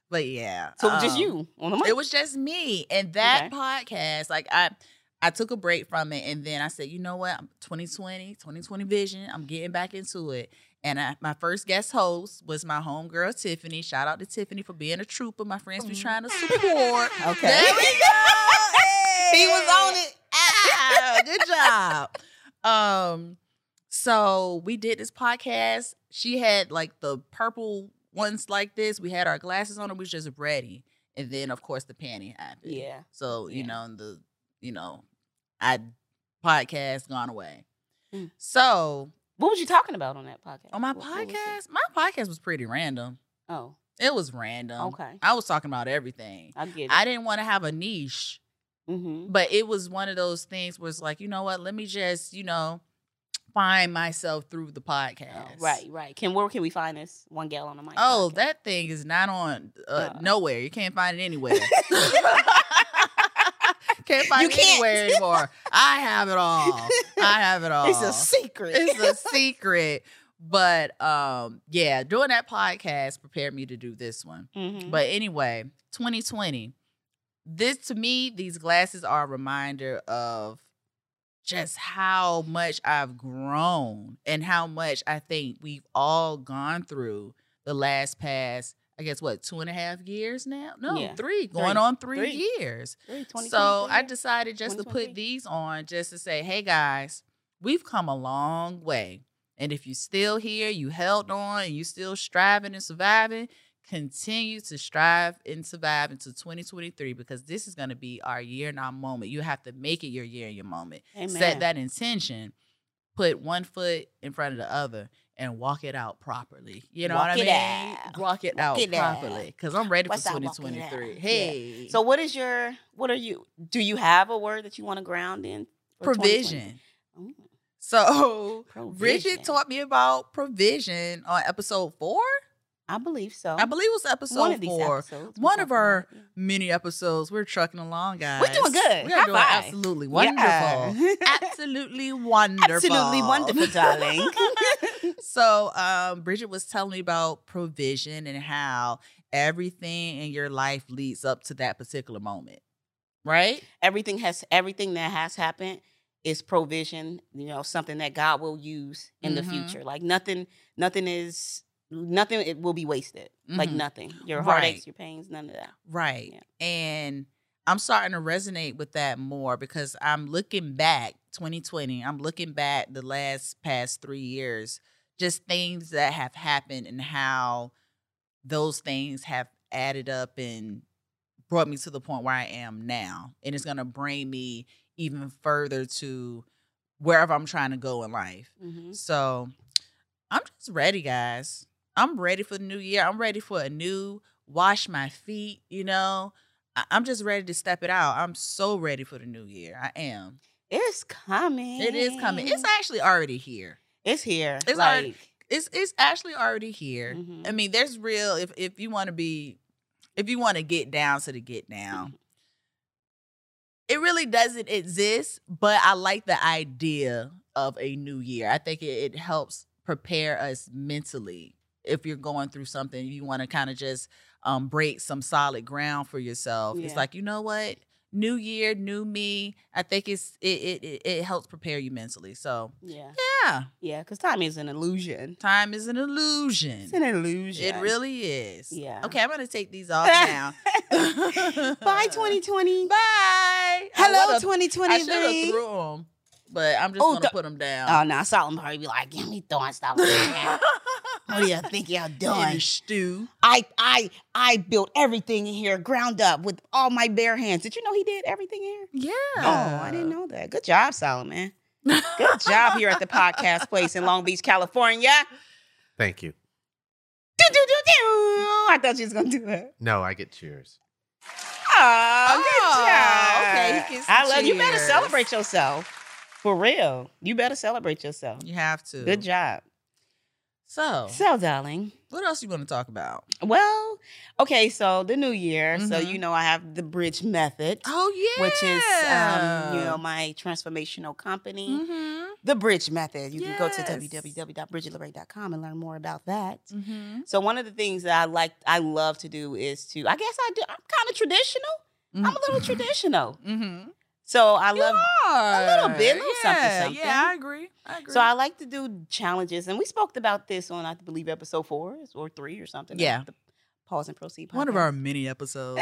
Speaker 1: But yeah.
Speaker 2: So just
Speaker 1: um,
Speaker 2: you on the mic.
Speaker 1: It was just me and that
Speaker 2: Okay.
Speaker 1: podcast. Like I, I took a break from it, and then I said, you know what? I'm 2020, 2020 vision. I'm getting back into it. And I, my first guest host was my homegirl Tiffany. Shout out to Tiffany for being a trooper. My friends be
Speaker 2: Mhm.
Speaker 1: trying to support.
Speaker 2: Okay.
Speaker 1: There we go.
Speaker 2: He was on
Speaker 1: it. Ah, good job. Um, so we did this podcast. She had like the purple ones like this. We had our glasses on, and we was just ready. And then of course the panty happened.
Speaker 2: yeah.
Speaker 1: So you
Speaker 2: Yeah.
Speaker 1: know and the you know I podcast gone away.
Speaker 2: Mm.
Speaker 1: So
Speaker 2: What was you talking about on that podcast?
Speaker 1: on my
Speaker 2: What- what was it?
Speaker 1: podcast, my podcast was pretty random.
Speaker 2: Oh,
Speaker 1: It was random.
Speaker 2: okay.
Speaker 1: I was talking about everything.
Speaker 2: I get it.
Speaker 1: Um, I didn't want to have a niche
Speaker 2: mm-hmm.
Speaker 1: but it was one of those things where it's like you know what let me just you know find myself through the podcast
Speaker 2: Oh, right, right. Can where can we find this one gal on the mic?
Speaker 1: oh
Speaker 2: podcast?
Speaker 1: that thing is not on uh,
Speaker 2: Uh.
Speaker 1: nowhere you can't find it anywhere can't find
Speaker 2: You
Speaker 1: it
Speaker 2: can't.
Speaker 1: anywhere anymore i have it all i have it all
Speaker 2: it's a secret.
Speaker 1: it's a secret but um yeah doing that podcast prepared me to do this one
Speaker 2: Mhm.
Speaker 1: but anyway, 2020. This to me, these glasses are a reminder of just how much I've grown and how much I think we've all gone through the last past, I guess what, two and a half years now? No,
Speaker 2: Yeah.
Speaker 1: three, going
Speaker 2: Three.
Speaker 1: on three,
Speaker 2: Three.
Speaker 1: years.
Speaker 2: Really,
Speaker 1: So I
Speaker 2: 2023?
Speaker 1: decided just to put
Speaker 2: 2023?
Speaker 1: these on just to say, hey guys, we've come a long way. And if you're still here, you held on, and you still striving and surviving, continue to strive and survive into 2023 because this is going to be our year and our moment. You have to make it your year and your moment. Set
Speaker 2: Amen.
Speaker 1: that intention, put one foot in front of the other. And walk it out properly. You know what
Speaker 2: Walk
Speaker 1: I
Speaker 2: it
Speaker 1: mean?
Speaker 2: out.
Speaker 1: Walk it
Speaker 2: Walk
Speaker 1: out
Speaker 2: it out.
Speaker 1: properly. Because I'm ready for
Speaker 2: What's up, walking it out?
Speaker 1: 2023.
Speaker 2: Yeah.
Speaker 1: Hey.
Speaker 2: So what is your what are you do you have a word that you want to ground in? for 2020?
Speaker 1: provision. So
Speaker 2: Mm, provision.
Speaker 1: Bridget taught me about provision on episode four.
Speaker 2: I believe so.
Speaker 1: I believe it was episode
Speaker 2: one of these
Speaker 1: four.
Speaker 2: episodes. we
Speaker 1: One of
Speaker 2: talked about
Speaker 1: our
Speaker 2: it, yeah.
Speaker 1: Many episodes. We're trucking along, guys.
Speaker 2: We're doing good.
Speaker 1: We are
Speaker 2: High
Speaker 1: doing
Speaker 2: five.
Speaker 1: absolutely wonderful.
Speaker 2: Yeah.
Speaker 1: Absolutely wonderful.
Speaker 2: Absolutely wonderful, darling.
Speaker 1: so um, Bridget was telling me about provision and how everything in your life leads up to that particular moment. Right?
Speaker 2: everything has everything that has happened is provision. You know, something that God will use in
Speaker 1: Mhm.
Speaker 2: the future. Like nothing, nothing is nothing. It will be wasted. Like
Speaker 1: Mhm.
Speaker 2: nothing. Your
Speaker 1: Right.
Speaker 2: heartaches, your pains, none of that.
Speaker 1: Right.
Speaker 2: Yeah.
Speaker 1: And I'm starting to resonate with that more because I'm looking back 2020. I'm looking back the last past 3 years just things that have happened and how those things have added up and brought me to the point where I am now. And it's going to bring me even further to wherever I'm trying to go in life.
Speaker 2: Mm-hmm.
Speaker 1: So I'm just ready, guys. I'm ready for the new year. I'm ready for a new wash my feet, you know. I- I'm just ready to step it out. I'm so ready for the new year. I am.
Speaker 2: It's coming.
Speaker 1: It is coming. It's actually already here.
Speaker 2: it's here.
Speaker 1: it's already- It's it's actually already here.
Speaker 2: Mhm.
Speaker 1: I mean, there's real if if you want to be if you want to get down to the get down. It really doesn't exist, but I like the idea of a new year. I think it, it helps prepare us mentally. If you're going through something, you want to kind of just um, break some solid ground for yourself. It's
Speaker 2: Yeah.
Speaker 1: like you know what, new year, new me. I think it's it it it, it helps prepare you mentally. So
Speaker 2: yeah,
Speaker 1: yeah,
Speaker 2: yeah. Because time is an illusion.
Speaker 1: time is an illusion.
Speaker 2: It's an illusion.
Speaker 1: It really is.
Speaker 2: Yeah.
Speaker 1: Okay, I'm gonna take these off now.
Speaker 2: Bye, 2020.
Speaker 1: Bye.
Speaker 2: Hello,
Speaker 1: I should have
Speaker 2: 2023.
Speaker 1: threw them, but I'm just
Speaker 2: Oh,
Speaker 1: gonna
Speaker 2: the-
Speaker 1: put them
Speaker 2: Oh
Speaker 1: down.
Speaker 2: no, Solomon probably be like, "Give me throwing stuff." what do you think you're
Speaker 1: Any
Speaker 2: doing?
Speaker 1: stew.
Speaker 2: I, I, I built everything in here, ground up with all my bare hands. Did you know he did everything here?
Speaker 1: Yeah.
Speaker 2: Oh, I didn't know that. Good job, Solomon. Good job here at the podcast place in Long Beach, California.
Speaker 3: Thank you.
Speaker 2: Do, do, do, do. I thought she was gonna do it.
Speaker 3: No, I get cheers.
Speaker 2: Oh, good job.
Speaker 1: Oh, okay, he gets
Speaker 2: I love you. Better
Speaker 1: cheers.
Speaker 2: celebrate yourself. For real. You better celebrate yourself.
Speaker 1: You Oh. have to.
Speaker 2: Good job.
Speaker 1: So,
Speaker 2: So, darling.
Speaker 1: what else you want to talk about?
Speaker 2: Well, okay, so the new year. So
Speaker 1: Mhm.
Speaker 2: you know I have the bridge method,
Speaker 1: Oh yeah,
Speaker 2: which is um, you know my transformational company,
Speaker 1: Mm-hmm.
Speaker 2: the bridge method. You
Speaker 1: Yes.
Speaker 2: can go to www.bridgetloray.com and learn more about that.
Speaker 1: Mm-hmm.
Speaker 2: So one of the things that I like, I love to do is to. I guess I do. I'm kind of traditional. I'm a little traditional.
Speaker 1: Mm-hmm.
Speaker 2: So I
Speaker 1: You
Speaker 2: love.
Speaker 1: are.
Speaker 2: little bit, little something,
Speaker 1: yeah,
Speaker 2: something.
Speaker 1: Yeah, I agree. I agree.
Speaker 2: So I like to do challenges, and we spoke about this on I believe episode four or three or something. of
Speaker 1: Yeah.
Speaker 2: the Pause and proceed.
Speaker 1: one of
Speaker 2: podcast.
Speaker 1: our mini episodes.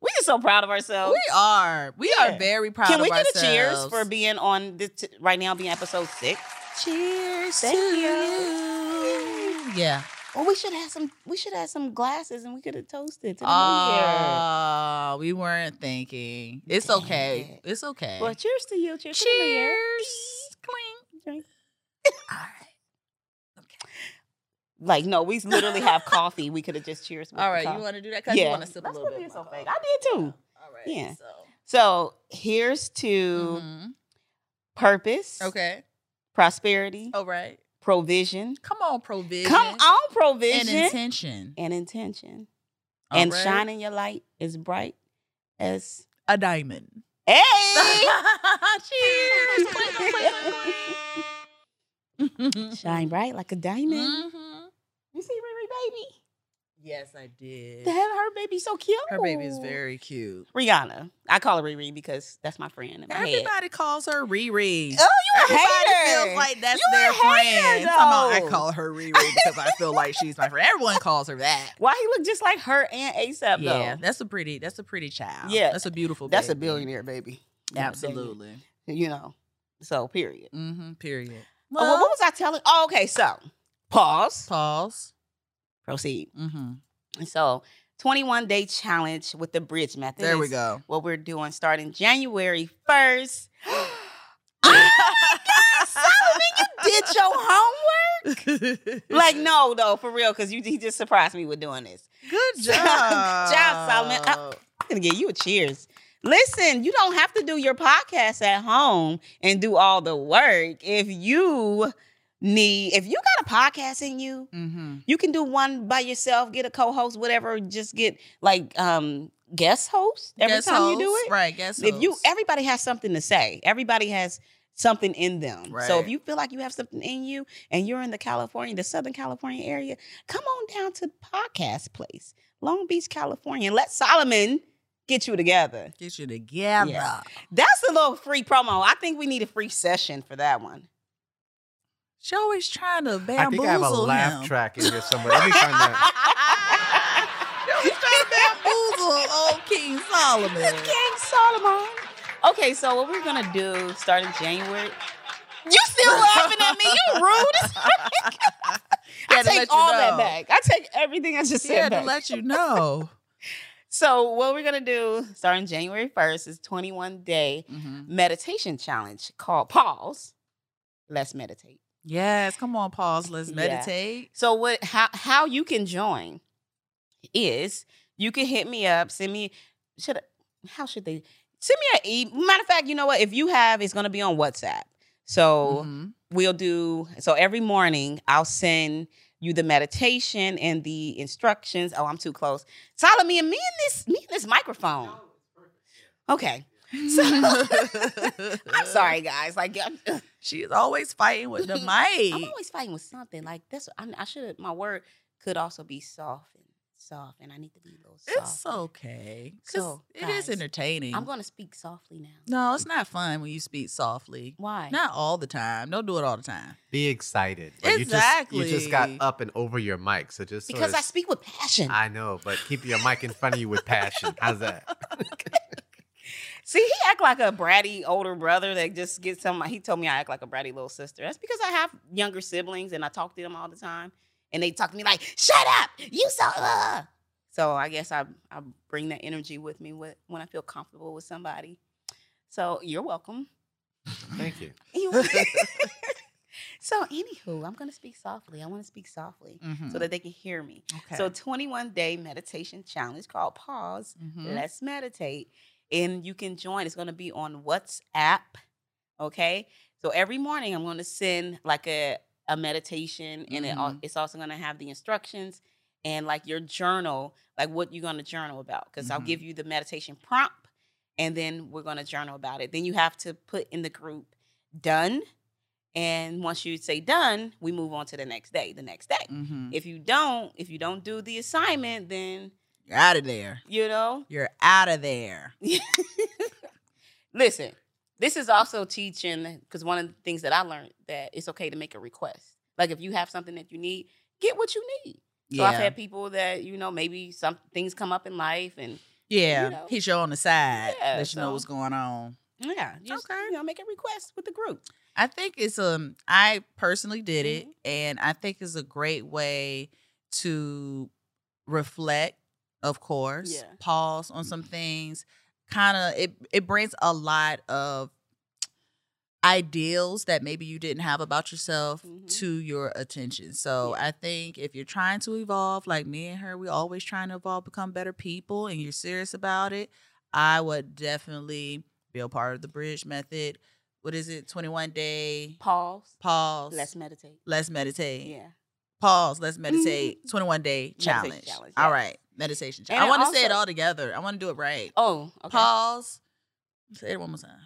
Speaker 2: we just so proud of ourselves.
Speaker 1: we are. We
Speaker 2: Yeah.
Speaker 1: are very proud.
Speaker 2: Can we
Speaker 1: of
Speaker 2: get a cheers
Speaker 1: ourselves.
Speaker 2: for being on this t- right now, being episode six?
Speaker 1: cheers?
Speaker 2: Thank
Speaker 1: to
Speaker 2: you.
Speaker 1: you. Yeah.
Speaker 2: Well, we should have some. We should have some glasses, and we could have toasted to the new
Speaker 1: Oh, we weren't thinking. It's
Speaker 2: Dang
Speaker 1: okay.
Speaker 2: it.
Speaker 1: It's okay.
Speaker 2: year. Well, cheers to you. Cheers. To the new year.
Speaker 1: cheers. Cling.
Speaker 2: Drink.
Speaker 1: All right.
Speaker 2: Like no, we literally have coffee. We could have just cheers. With
Speaker 1: All
Speaker 2: the
Speaker 1: right.
Speaker 2: coffee.
Speaker 1: You want to do that? Cause
Speaker 2: yeah.
Speaker 1: you want to sip
Speaker 2: That's
Speaker 1: a little
Speaker 2: what
Speaker 1: bit.
Speaker 2: it is
Speaker 1: more
Speaker 2: so fake.
Speaker 1: coffee.
Speaker 2: I did too.
Speaker 1: All right.
Speaker 2: Yeah. Mm-hmm.
Speaker 1: So.
Speaker 2: So here's to
Speaker 1: Mhm.
Speaker 2: purpose,
Speaker 1: Okay.
Speaker 2: prosperity,
Speaker 1: All right.
Speaker 2: provision.
Speaker 1: Come on, provision.
Speaker 2: Come on, provision
Speaker 1: And
Speaker 2: and,
Speaker 1: intention.
Speaker 2: intention,
Speaker 1: All
Speaker 2: and
Speaker 1: right.
Speaker 2: shining your light as bright as
Speaker 1: a diamond.
Speaker 2: hey.
Speaker 1: Cheers. Cling, cling, cling.
Speaker 2: Shine bright like a diamond.
Speaker 1: Mhm.
Speaker 2: You see Riri baby?
Speaker 1: Yes, I did.
Speaker 2: The hell, her baby's so cute.
Speaker 1: Her baby is very cute.
Speaker 2: Rihanna. I call her Riri because that's my friend in my head.
Speaker 1: Everybody calls her Riri.
Speaker 2: Oh, you a
Speaker 1: Everybody
Speaker 2: hater.
Speaker 1: feels like that's
Speaker 2: You a
Speaker 1: their
Speaker 2: hater,
Speaker 1: friend. Somehow I
Speaker 2: though.
Speaker 1: call her Riri because I feel like she's my friend. Everyone calls her that.
Speaker 2: Why he look just like her and ASAP
Speaker 1: Yeah,
Speaker 2: though?
Speaker 1: that's a pretty. That's a pretty child.
Speaker 2: Yeah.
Speaker 1: that's a beautiful.
Speaker 2: That's a
Speaker 1: baby.
Speaker 2: billionaire baby.
Speaker 1: Absolutely.
Speaker 2: You know. So period.
Speaker 1: Mm-hmm. Period.
Speaker 2: Oh, well, what was I telling? Oh, okay. So pause.
Speaker 1: pause.
Speaker 2: Proceed.
Speaker 1: Mm-hmm.
Speaker 2: And So 21 day challenge with the bridge method.
Speaker 1: There we
Speaker 2: is
Speaker 1: go.
Speaker 2: What we're doing starting January 1st. Did your homework? Like, no, though, for real, because you he just surprised me with doing this.
Speaker 1: Good
Speaker 2: Good
Speaker 1: job.
Speaker 2: job, Solomon. Uh, I'm gonna give you a cheers. Listen, you don't have to do your podcast at home and do all the work. If you need, if you got a podcast in you,
Speaker 1: mm-hmm.
Speaker 2: you can do one by yourself, get a co-host, whatever, just get like um guest host every time you do it.
Speaker 1: Right, guess
Speaker 2: If you everybody has something to say. Everybody has something in them. So if
Speaker 1: Right.
Speaker 2: you feel like you have something in you and you're in the California, the Southern California area, come on down to Podcast Place, Long Beach, California. and Let Solomon get you together.
Speaker 1: get you together.
Speaker 2: Yeah. That's a little free promo. I think we need a free session for that one.
Speaker 1: She always trying to bamboozle
Speaker 3: I think I have a laugh
Speaker 1: him.
Speaker 3: track in here somewhere. Let me find that.
Speaker 1: she always trying to bamboozle old King Solomon.
Speaker 2: King Solomon. Okay, so what we're gonna do starting January. You still laughing at me? You rude. as- I
Speaker 1: Had to
Speaker 2: take
Speaker 1: let you
Speaker 2: all that
Speaker 1: know.
Speaker 2: back. I take everything I just
Speaker 1: She had
Speaker 2: said
Speaker 1: to
Speaker 2: back.
Speaker 1: let you know.
Speaker 2: so what we're gonna do starting January first is 21 day
Speaker 1: Mhm.
Speaker 2: meditation challenge called Pause. Let's meditate.
Speaker 1: Yes, come on, pause. Let's
Speaker 2: Yeah.
Speaker 1: meditate.
Speaker 2: So what how how you can join is you can hit me up, send me should I, how should they send me an e matter of fact, you know what? If you have it's gonna be on WhatsApp. So
Speaker 1: Mhm.
Speaker 2: we'll do so every morning I'll send you the meditation and the instructions. Oh, I'm too close. Solomon, me and this me and this microphone. Okay.
Speaker 1: Mm-hmm.
Speaker 2: I'm sorry guys. Like I'm,
Speaker 1: She's always fighting with the
Speaker 2: I'm
Speaker 1: mic.
Speaker 2: always fighting with something. Like that's I, I should have my word could also be soft and soft and I need to be a little soft.
Speaker 1: It's okay. 'cause
Speaker 2: So,
Speaker 1: it is
Speaker 2: guys,
Speaker 1: entertaining.
Speaker 2: I'm going to speak softly now.
Speaker 1: no, it's not fun when you speak softly.
Speaker 2: Why?
Speaker 1: Not all the time. Don't do it all the time.
Speaker 3: Be excited. But You just, you just got
Speaker 1: Exactly.
Speaker 3: up and over your mic, so just sort
Speaker 2: because
Speaker 3: of-
Speaker 2: I speak with passion.
Speaker 3: I know, but keep your mic in front of you with passion. How's that?
Speaker 2: See, he act like a bratty older brother that just gets some. He told me I act like a bratty little sister. That's because I have younger siblings and I talk to them all the time, and they talk to me like, "Shut up, you so." Uh. So I guess I I bring that energy with me with, when I feel comfortable with somebody. So you're welcome.
Speaker 3: Thank you.
Speaker 2: You- so anywho, I'm gonna speak softly. I want to speak softly
Speaker 1: Mhm.
Speaker 2: so that they can hear me.
Speaker 1: okay.
Speaker 2: So 21 day meditation challenge called Pause
Speaker 1: Mhm.
Speaker 2: let's meditate and you can join it's going to be on whatsapp okay so every morning i'm going to send like a a meditation, and it al-
Speaker 1: Mhm.
Speaker 2: it's also going to have the instructions and like your journal, like what you're going to journal about. Because I'll
Speaker 1: Mhm.
Speaker 2: give you the meditation prompt, and then we're going to journal about it. Then you have to put in the group done, and once you say done, we move on to the next day. The next day.
Speaker 1: Mm-hmm.
Speaker 2: If you don't, if you don't do the assignment, then
Speaker 1: You're out of there.
Speaker 2: you know.
Speaker 1: You're out of there.
Speaker 2: Listen, this is also teaching because one of the things that I learned that it's okay to make a request. Like if you have something that you need, get what you need. So I've had people that you know maybe some things come up in life, and
Speaker 1: yeah.
Speaker 2: you know.
Speaker 1: He's your on the side.
Speaker 2: Yeah,
Speaker 1: let you know
Speaker 2: so-
Speaker 1: what's going on.
Speaker 2: yeah, just,
Speaker 1: Okay.
Speaker 2: you know, make a request with the group.
Speaker 1: I think it's um I personally did it
Speaker 2: Mhm.
Speaker 1: and I think it's a great way to reflect, of course,
Speaker 2: Yeah.
Speaker 1: pause on some things. Kind of it it brings a lot of ideals that maybe you didn't have about yourself
Speaker 2: Mhm.
Speaker 1: to your attention. So I think if you're trying to evolve, like me and her, we always trying to evolve, become better people and you're serious about it, I would definitely be a part of the bridge method what is it 21 day
Speaker 2: Pause.
Speaker 1: pause
Speaker 2: Let's meditate.
Speaker 1: let's meditate
Speaker 2: Yeah.
Speaker 1: pause let's meditate 21 day
Speaker 2: Meditation
Speaker 1: challenge,
Speaker 2: challenge,
Speaker 1: all
Speaker 2: yeah.
Speaker 1: right meditation
Speaker 2: And
Speaker 1: challenge. i
Speaker 2: it
Speaker 1: want to say it
Speaker 2: also-
Speaker 1: all together i want to do it right
Speaker 2: Oh, okay.
Speaker 1: pause say it one more time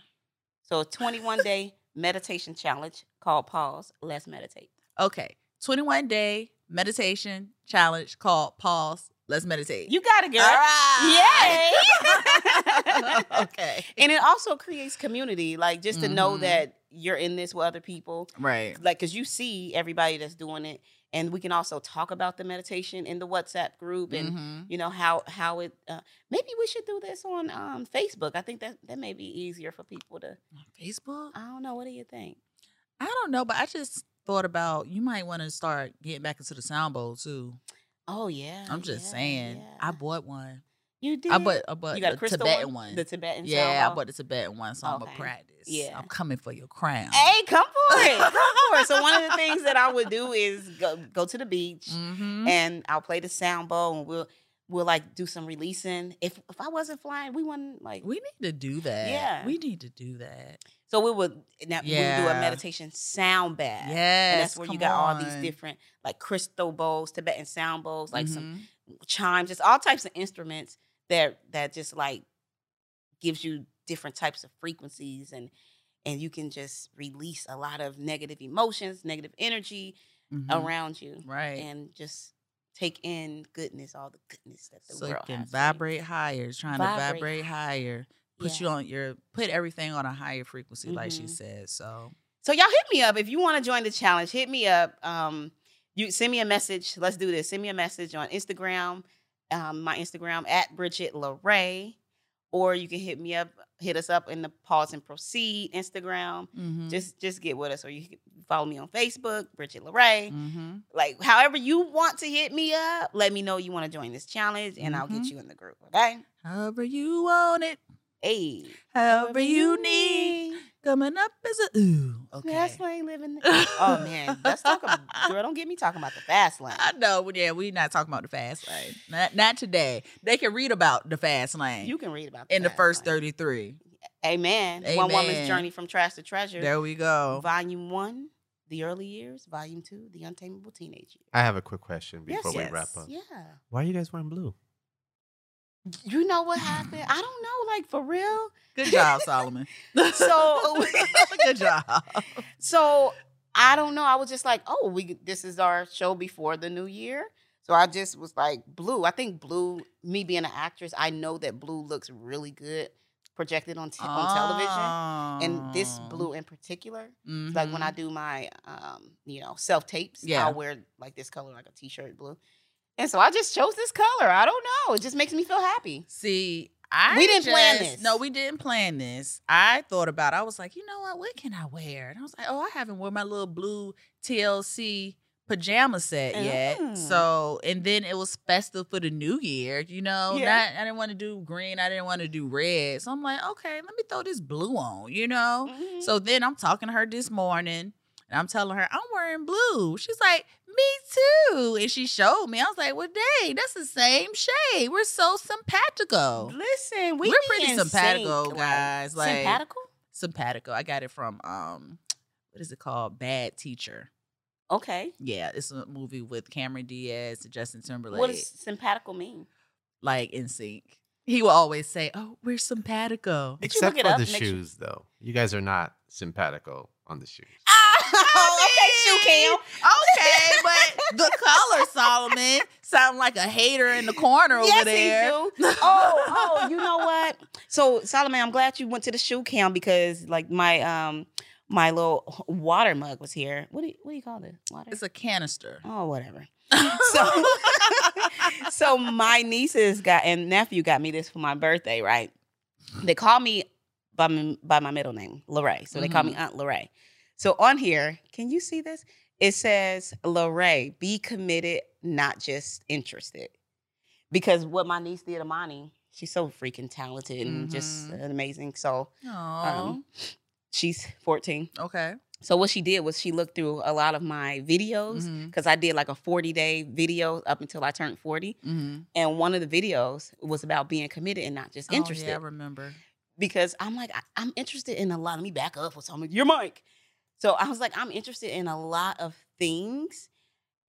Speaker 2: So a 21 day meditation challenge called Pause. Let's meditate.
Speaker 1: okay 21 day meditation challenge called pause let's meditate
Speaker 2: You got it, girl.
Speaker 1: all right
Speaker 2: Yay!
Speaker 1: okay
Speaker 2: and it also creates community like just to know
Speaker 1: Mhm.
Speaker 2: that you're in this with other people
Speaker 1: right
Speaker 2: like because you see everybody that's doing it and we can also talk about the meditation in the whatsapp group and
Speaker 1: hmm
Speaker 2: you know how how it uh, maybe we should do this on um, facebook i think that that may be easier for people to
Speaker 1: facebook
Speaker 2: i don't know what do you think
Speaker 1: i don't know but i just thought about you might want to start getting back into the sound bowl too
Speaker 2: oh yeah
Speaker 1: I'm just
Speaker 2: yeah,
Speaker 1: saying.
Speaker 2: yeah.
Speaker 1: I bought one.
Speaker 2: you did
Speaker 1: I bought I bought
Speaker 2: you got a
Speaker 1: the
Speaker 2: crystal
Speaker 1: Tibetan one.
Speaker 2: the tibetan sound
Speaker 1: yeah, I
Speaker 2: bowl?
Speaker 1: bought the Tibetan one, so I'm gonna
Speaker 2: Okay.
Speaker 1: practice.
Speaker 2: Yeah.
Speaker 1: I'm coming for your crown.
Speaker 2: Hey, come for it. Come for it. So one of the things that I would do is go go to the beach
Speaker 1: hmm
Speaker 2: and I'll play the sound bowl and we'll we'll like do some releasing. If if I wasn't flying, we wouldn't like
Speaker 1: we need to do that.
Speaker 2: Yeah.
Speaker 1: we need to do that.
Speaker 2: so we would now we would do
Speaker 1: Yeah.
Speaker 2: a meditation sound bath.
Speaker 1: Yes,
Speaker 2: And that's where you
Speaker 1: come
Speaker 2: got all these
Speaker 1: on.
Speaker 2: different like crystal bowls, Tibetan sound bowls, like some
Speaker 1: Mhm.
Speaker 2: chimes, just all types of instruments that that just like gives you different types of frequencies and and you can just release a lot of negative emotions, negative energy
Speaker 1: Mhm.
Speaker 2: around you.
Speaker 1: right.
Speaker 2: and just take in goodness, all the goodness that the
Speaker 1: so you
Speaker 2: world
Speaker 1: can
Speaker 2: has for
Speaker 1: vibrate higher, trying to
Speaker 2: Vibrate
Speaker 1: vibrate higher. Put
Speaker 2: Yeah.
Speaker 1: you on your put everything on a higher frequency, like she
Speaker 2: Mhm.
Speaker 1: said. So
Speaker 2: So y'all hit me up if you want to join the challenge. Hit me up. Um, you send me a message. Let's do this. Send me a message on Instagram, um, my Instagram at Bridget Lorray, or you can hit me up. Hit us up in the pause and proceed Instagram.
Speaker 1: mhm,
Speaker 2: Just just get with us, or you can follow me on Facebook, Bridget Lorray.
Speaker 1: mhm.
Speaker 2: Like however you want to hit me up, let me know you want to join this challenge, and I'll get
Speaker 1: Mhm.
Speaker 2: you in the group. Okay.
Speaker 1: however you want it,
Speaker 2: Hey.
Speaker 1: however you need. Coming up is a ooh. Okay.
Speaker 2: Fast lane living. oh man, let's talk. About, girl, don't get me talking about the fast lane.
Speaker 1: I know. but Yeah, we're not talking about the fast lane. Not, not today. They can read about the fast lane
Speaker 2: You can read about
Speaker 1: in the
Speaker 2: fast
Speaker 1: first
Speaker 2: lane.
Speaker 1: 33.
Speaker 2: Amen.
Speaker 1: Amen.
Speaker 2: One woman's journey from trash to treasure.
Speaker 1: There we go.
Speaker 2: Volume one, the early years. Volume two, the untamable teenage years.
Speaker 3: I have a quick question
Speaker 2: Yes,
Speaker 3: before we wrap
Speaker 1: yes.
Speaker 3: up.
Speaker 2: Yeah.
Speaker 3: Why are you guys wearing blue?
Speaker 2: You know what happened? I don't know. Like for real.
Speaker 1: Good job, Solomon.
Speaker 2: So-
Speaker 1: good job.
Speaker 2: So I don't know. I was just like, oh, we this is our show before the new year. So I just was like, blue. I think blue. Me being an actress, I know that blue looks really good projected on t- on television. and this
Speaker 1: Um, Oh.
Speaker 2: blue in particular
Speaker 1: Mhm.
Speaker 2: like when i do my um you know self tapes
Speaker 1: Yeah.
Speaker 2: i'll wear like this color like a t-shirt blue and so i just chose this color i don't know it just makes me feel happy
Speaker 1: See, I
Speaker 2: We didn't plan
Speaker 1: just-
Speaker 2: this.
Speaker 1: No, we didn't plan this. I thought about. it. I was like, you know what? What can I wear? And I was like, oh, I haven't worn my little blue TLC pajama set yet.
Speaker 2: Mm.
Speaker 1: So, and then it was festive for the new year. You know,
Speaker 2: Yeah.
Speaker 1: Not- I didn't want to do green. I didn't want to do red. So I'm like, okay, let me throw this blue on. You know.
Speaker 2: Mhm.
Speaker 1: So then I'm talking to her this morning and I'm telling her I'm wearing blue. She's like, Me too. And she showed me. I was like, Well, dang, that's the same shade. We're so simpatico.
Speaker 2: listen we
Speaker 1: We are
Speaker 2: be
Speaker 1: pretty
Speaker 2: in sync,
Speaker 1: simpatico,
Speaker 2: like-
Speaker 1: guys. Like
Speaker 2: simpatico
Speaker 1: simpatico. I got it from um, what is it called? Bad teacher.
Speaker 2: Okay.
Speaker 1: Yeah, it's a movie with Cameron Diaz, Justin Timberlake,
Speaker 2: What does simpatical mean?
Speaker 1: like in sync. He will always say, "Oh, we're simpatico."
Speaker 2: Did you
Speaker 3: Except
Speaker 2: look it
Speaker 3: for
Speaker 2: up?
Speaker 3: the
Speaker 2: Make sure-
Speaker 3: shoes, though. You guys are not simpatico on the shoes.
Speaker 2: Oh, okay, shoe cam.
Speaker 1: Okay, but the color Solomon sound like a hater in the corner over
Speaker 2: yes,
Speaker 1: there.
Speaker 2: he do. Oh, oh, you know what? So Solomon, I'm glad you went to the shoe cam because like my um my little water mug was here. What do you, what do you call this? Water.
Speaker 1: It's a canister.
Speaker 2: oh, whatever. So so my nieces got and nephew got me this for my birthday, right? They call me by my, by my middle name, Lorraine. So they call me Aunt Lorraine. So on here, can you see this? It says Lorraine, be committed, not just interested. Because what my niece did, Amani, she's so freaking talented and just
Speaker 1: Mhm.
Speaker 2: amazing. So
Speaker 1: Oh,
Speaker 2: um, she's 14.
Speaker 1: okay.
Speaker 2: So what she did was she looked through a lot of my videos
Speaker 1: Mhm,
Speaker 2: because I did like a 40 day video up until I turned 40.
Speaker 1: mhm.
Speaker 2: And one of the videos was about being committed and not just
Speaker 1: Oh,
Speaker 2: interested.
Speaker 1: yeah, I remember.
Speaker 2: Because I'm like, I, I'm interested in a lot. Let me back up with something. Your mic. So I was like, I'm interested in a lot of things.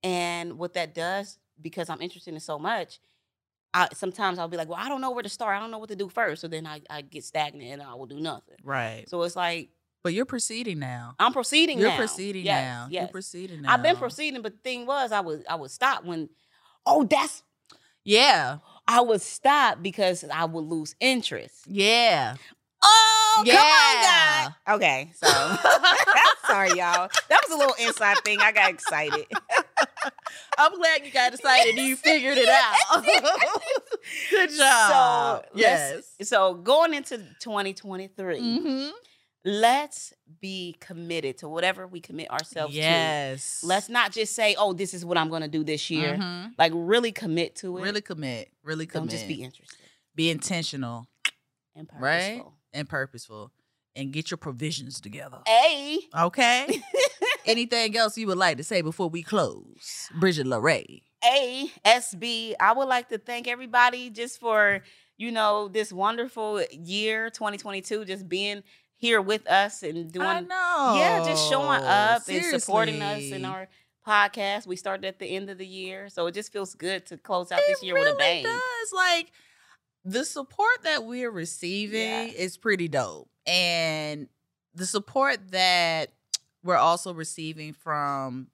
Speaker 2: And what that does, because I'm interested in so much, I, sometimes I'll be like, well, I don't know where to start. I don't know what to do first. So then I, I get stagnant and I will do nothing.
Speaker 1: Right.
Speaker 2: So it's like,
Speaker 1: But you're proceeding now.
Speaker 2: I'm proceeding
Speaker 1: You're
Speaker 2: now.
Speaker 1: proceeding
Speaker 2: Yes,
Speaker 1: now.
Speaker 2: yes.
Speaker 1: You're proceeding now.
Speaker 2: I've been proceeding, but the thing was, I would I would stop when, oh, that's
Speaker 1: Yeah.
Speaker 2: I would stop because I would lose interest.
Speaker 1: Yeah.
Speaker 2: Oh,
Speaker 1: Yeah.
Speaker 2: come on, God. Okay, so sorry, y'all. That was a little inside thing. I got excited.
Speaker 1: I'm glad you got excited and you figured it out. Good job.
Speaker 2: So,
Speaker 1: yes.
Speaker 2: let's- So going into 2023,
Speaker 1: Mm-hmm.
Speaker 2: let's be committed to whatever we commit ourselves
Speaker 1: Yes.
Speaker 2: to. Let's not just say, "Oh, this is what I'm going to do this year."
Speaker 1: Mhm.
Speaker 2: Like really commit to it.
Speaker 1: Really commit. Really
Speaker 2: don't
Speaker 1: commit.
Speaker 2: just be interested
Speaker 1: Be intentional
Speaker 2: and purposeful.
Speaker 1: Right? and purposeful and get your provisions together.
Speaker 2: A.
Speaker 1: Okay. Anything else you would like to say before we close? Bridget LeRae.
Speaker 2: ASB. I would like to thank everybody just for, you know, this wonderful year 2022, just being here with us and
Speaker 1: I
Speaker 2: doing,
Speaker 1: know.
Speaker 2: yeah, just showing up and supporting us
Speaker 1: Seriously.
Speaker 2: in our podcast. We started at the end of the year. So it just feels good to close out this year with a bang.
Speaker 1: does. Like the support that we're receiving
Speaker 2: Yes.
Speaker 1: is pretty dope, and the support that we're also receiving from.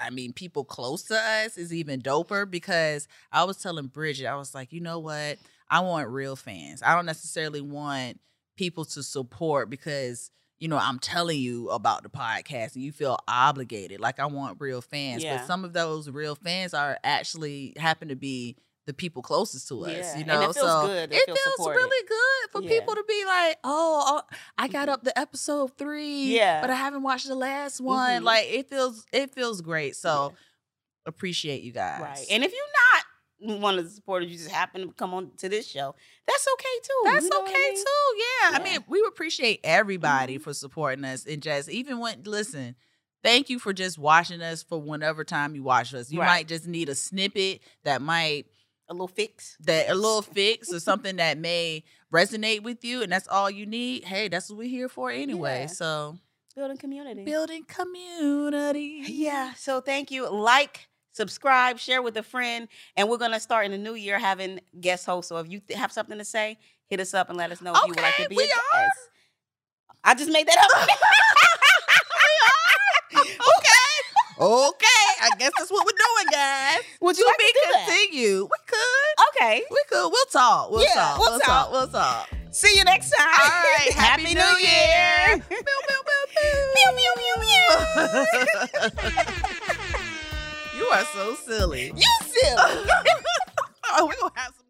Speaker 1: I mean, people close to us is even doper because I was telling Bridget, I was like, you know what? I want real fans. I don't necessarily want people to support because, you know, I'm telling you about the podcast and you feel obligated. Like, I want real fans.
Speaker 2: Yeah.
Speaker 1: But some of those real fans are actually happen to be the people closest to us,
Speaker 2: Yeah,
Speaker 1: you
Speaker 2: and
Speaker 1: know?
Speaker 2: it feels
Speaker 1: so
Speaker 2: good to
Speaker 1: it
Speaker 2: feel
Speaker 1: feels
Speaker 2: supported.
Speaker 1: really good for
Speaker 2: Yeah. Mm-hmm.
Speaker 1: people to be like, oh, oh, I got up to episode three,
Speaker 2: Yeah.
Speaker 1: but I haven't watched the last one.
Speaker 2: Mhm.
Speaker 1: Like, it feels, it feels great. So, appreciate you guys.
Speaker 2: right. And if you're not one of the supporters, you just happen to come on to this show, that's okay too.
Speaker 1: That's
Speaker 2: Oh, You know what
Speaker 1: okay
Speaker 2: I mean?
Speaker 1: too. Yeah. I
Speaker 2: Yeah. Mm-hmm.
Speaker 1: mean, we appreciate everybody for supporting us and just even when listen, thank you for just watching us for whenever time you watch us. You
Speaker 2: Right.
Speaker 1: might just need a snippet that might
Speaker 2: A little fix.
Speaker 1: that a little fix or something that may resonate with you and that's all you need. Hey, that's what we're here for anyway.
Speaker 2: Yeah.
Speaker 1: So
Speaker 2: Building community.
Speaker 1: building community.
Speaker 2: Yeah. So thank you. Like, subscribe, share with a friend. And we're going to start in the new year having guest hosts. So if you th- have something to say, hit us up and let us know if you would like
Speaker 1: Okay,
Speaker 2: to be
Speaker 1: we
Speaker 2: a guest. I just made that up.
Speaker 1: Okay. okay. I guess that's what we're doing, guys.
Speaker 2: Would you
Speaker 1: To
Speaker 2: like to
Speaker 1: be
Speaker 2: do that?
Speaker 1: continued. We could.
Speaker 2: Okay.
Speaker 1: We could. We'll talk. We'll
Speaker 2: Yeah,
Speaker 1: talk.
Speaker 2: we'll
Speaker 1: We'll talk. We'll talk.
Speaker 2: See you next time.
Speaker 1: All right. Happy, New Year.
Speaker 2: Year.
Speaker 1: pew, pew, pew, pew. you are so silly.
Speaker 2: you silly.
Speaker 1: oh, we're going to have some.